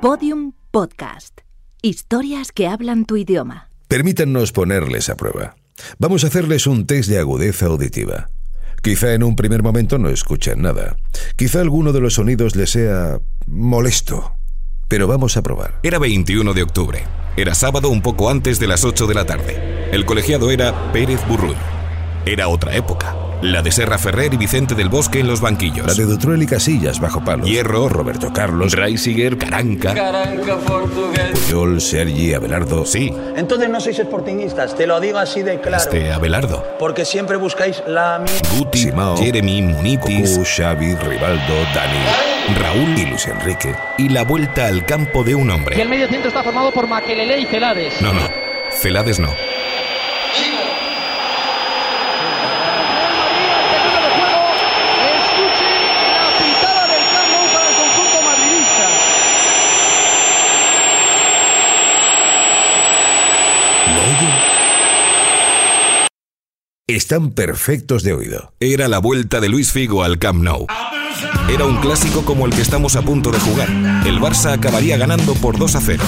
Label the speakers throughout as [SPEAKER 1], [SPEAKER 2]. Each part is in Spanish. [SPEAKER 1] Podium Podcast. Historias que hablan tu idioma.
[SPEAKER 2] Permítannos ponerles a prueba. Vamos a hacerles un test de agudeza auditiva. Quizá en un primer momento no escuchen nada. Quizá alguno de los sonidos les sea molesto. Pero vamos a probar.
[SPEAKER 3] Era 21 de octubre. Era sábado un poco antes de las 8 de la tarde. El colegiado era Pérez Burruy. Era otra época. La de Serra Ferrer y Vicente del Bosque en los
[SPEAKER 2] La
[SPEAKER 3] banquillos.
[SPEAKER 2] de Dutruel y Casillas bajo palos.
[SPEAKER 3] Hierro, Roberto Carlos, Reisiger, Caranca.
[SPEAKER 4] Caranca portugués.
[SPEAKER 2] Puyol, Sergi, Abelardo.
[SPEAKER 3] Sí,
[SPEAKER 5] Entonces no sois sportinguistas, te lo digo así de claro.
[SPEAKER 3] este Abelardo.
[SPEAKER 5] Porque siempre buscáis la mi-
[SPEAKER 3] Guti,
[SPEAKER 2] Simao,
[SPEAKER 3] Jeremy, Munitis,
[SPEAKER 2] Cucú, Xavi, Rivaldo, Dani
[SPEAKER 3] Raúl
[SPEAKER 2] y Luis Enrique.
[SPEAKER 3] y la vuelta al campo de un
[SPEAKER 6] Y el
[SPEAKER 3] hombre.
[SPEAKER 6] medio centro está formado por Maquelele y Celades.
[SPEAKER 3] No, no. Celades no.
[SPEAKER 6] Escuchen la pitada del Camp Nou para el conjunto madridista.
[SPEAKER 2] ¿Lo oyen? Están perfectos de oído.
[SPEAKER 3] Era la vuelta de Luis Figo al Camp Nou. Era un clásico como el que estamos a punto de jugar. El Barça acabaría ganando por 2 a 0.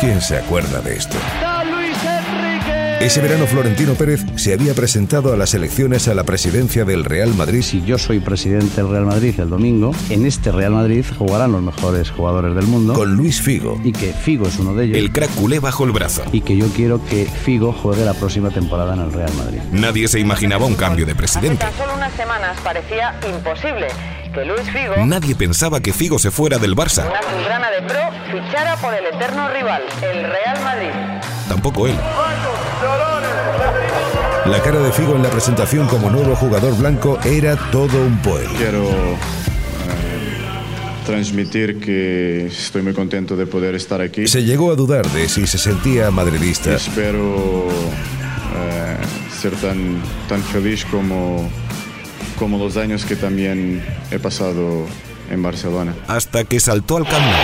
[SPEAKER 2] ¿Quién se acuerda de esto?
[SPEAKER 6] Da Luis Enrique.
[SPEAKER 2] Ese verano Florentino Pérez se había presentado a las elecciones a la presidencia del Real Madrid
[SPEAKER 7] si yo soy presidente del Real Madrid el domingo, en este Real Madrid jugarán los mejores jugadores del mundo
[SPEAKER 2] con Luis Figo.
[SPEAKER 7] y que Figo es uno de ellos
[SPEAKER 3] El crack culé bajo el brazo.
[SPEAKER 7] y que yo quiero que Figo juegue la próxima temporada en el Real Madrid.
[SPEAKER 3] Nadie se imaginaba un cambio de
[SPEAKER 8] Hace
[SPEAKER 3] presidente.
[SPEAKER 8] tan solo unas semanas parecía imposible que Luis Figo,
[SPEAKER 3] Nadie pensaba que Figo se fuera del Barça.
[SPEAKER 8] una figurana de pro, fichara por el eterno rival, el Real Madrid.
[SPEAKER 3] Tampoco él.
[SPEAKER 2] La cara de Figo en la presentación como nuevo jugador blanco era todo un poema.
[SPEAKER 9] Quiero eh, transmitir que estoy muy contento de poder estar aquí.
[SPEAKER 2] Se llegó a dudar de si se sentía madridista.
[SPEAKER 9] Espero eh, ser tan, tan feliz como, como los años que también he pasado en Barcelona.
[SPEAKER 3] Hasta que saltó al Camp Nou.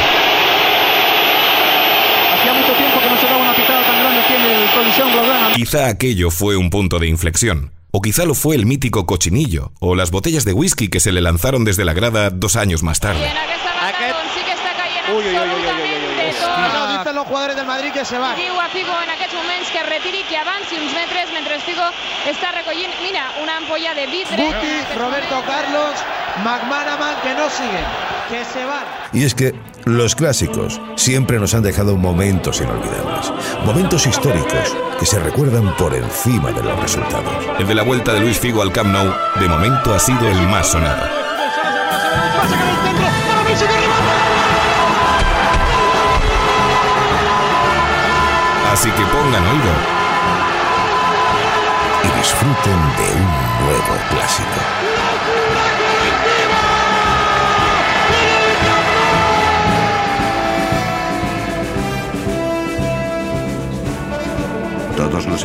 [SPEAKER 6] Hacía mucho tiempo que no se daba una pitada tan grande aquí en el Coliseo Blaugrana.
[SPEAKER 3] Quizá aquello fue un punto de inflexión. O quizá lo fue el mítico cochinillo, o las botellas de whisky que se le lanzaron desde la grada dos años más tarde.
[SPEAKER 10] Aquest... sí que està caient uy, uy, uy, uy, uy, uy, uy.
[SPEAKER 6] Nos dicen los jugadores del Madrid que se van.
[SPEAKER 10] Diu a Figo en aquests moments que es retiri, que avanci uns metres mentre Figo està recollint, mira, una ampolla de vidre.
[SPEAKER 6] Guti, Roberto Carlos, McManaman que no siguen, que se van.
[SPEAKER 2] Y es que los clásicos siempre nos han dejado momentos inolvidables. Momentos históricos que se recuerdan por encima de los resultados.
[SPEAKER 3] El de la vuelta de Luis Figo al Camp Nou, de momento ha sido el más sonado. Así que pongan oído.
[SPEAKER 2] Y disfruten de un nuevo clásico.
[SPEAKER 11] Todos los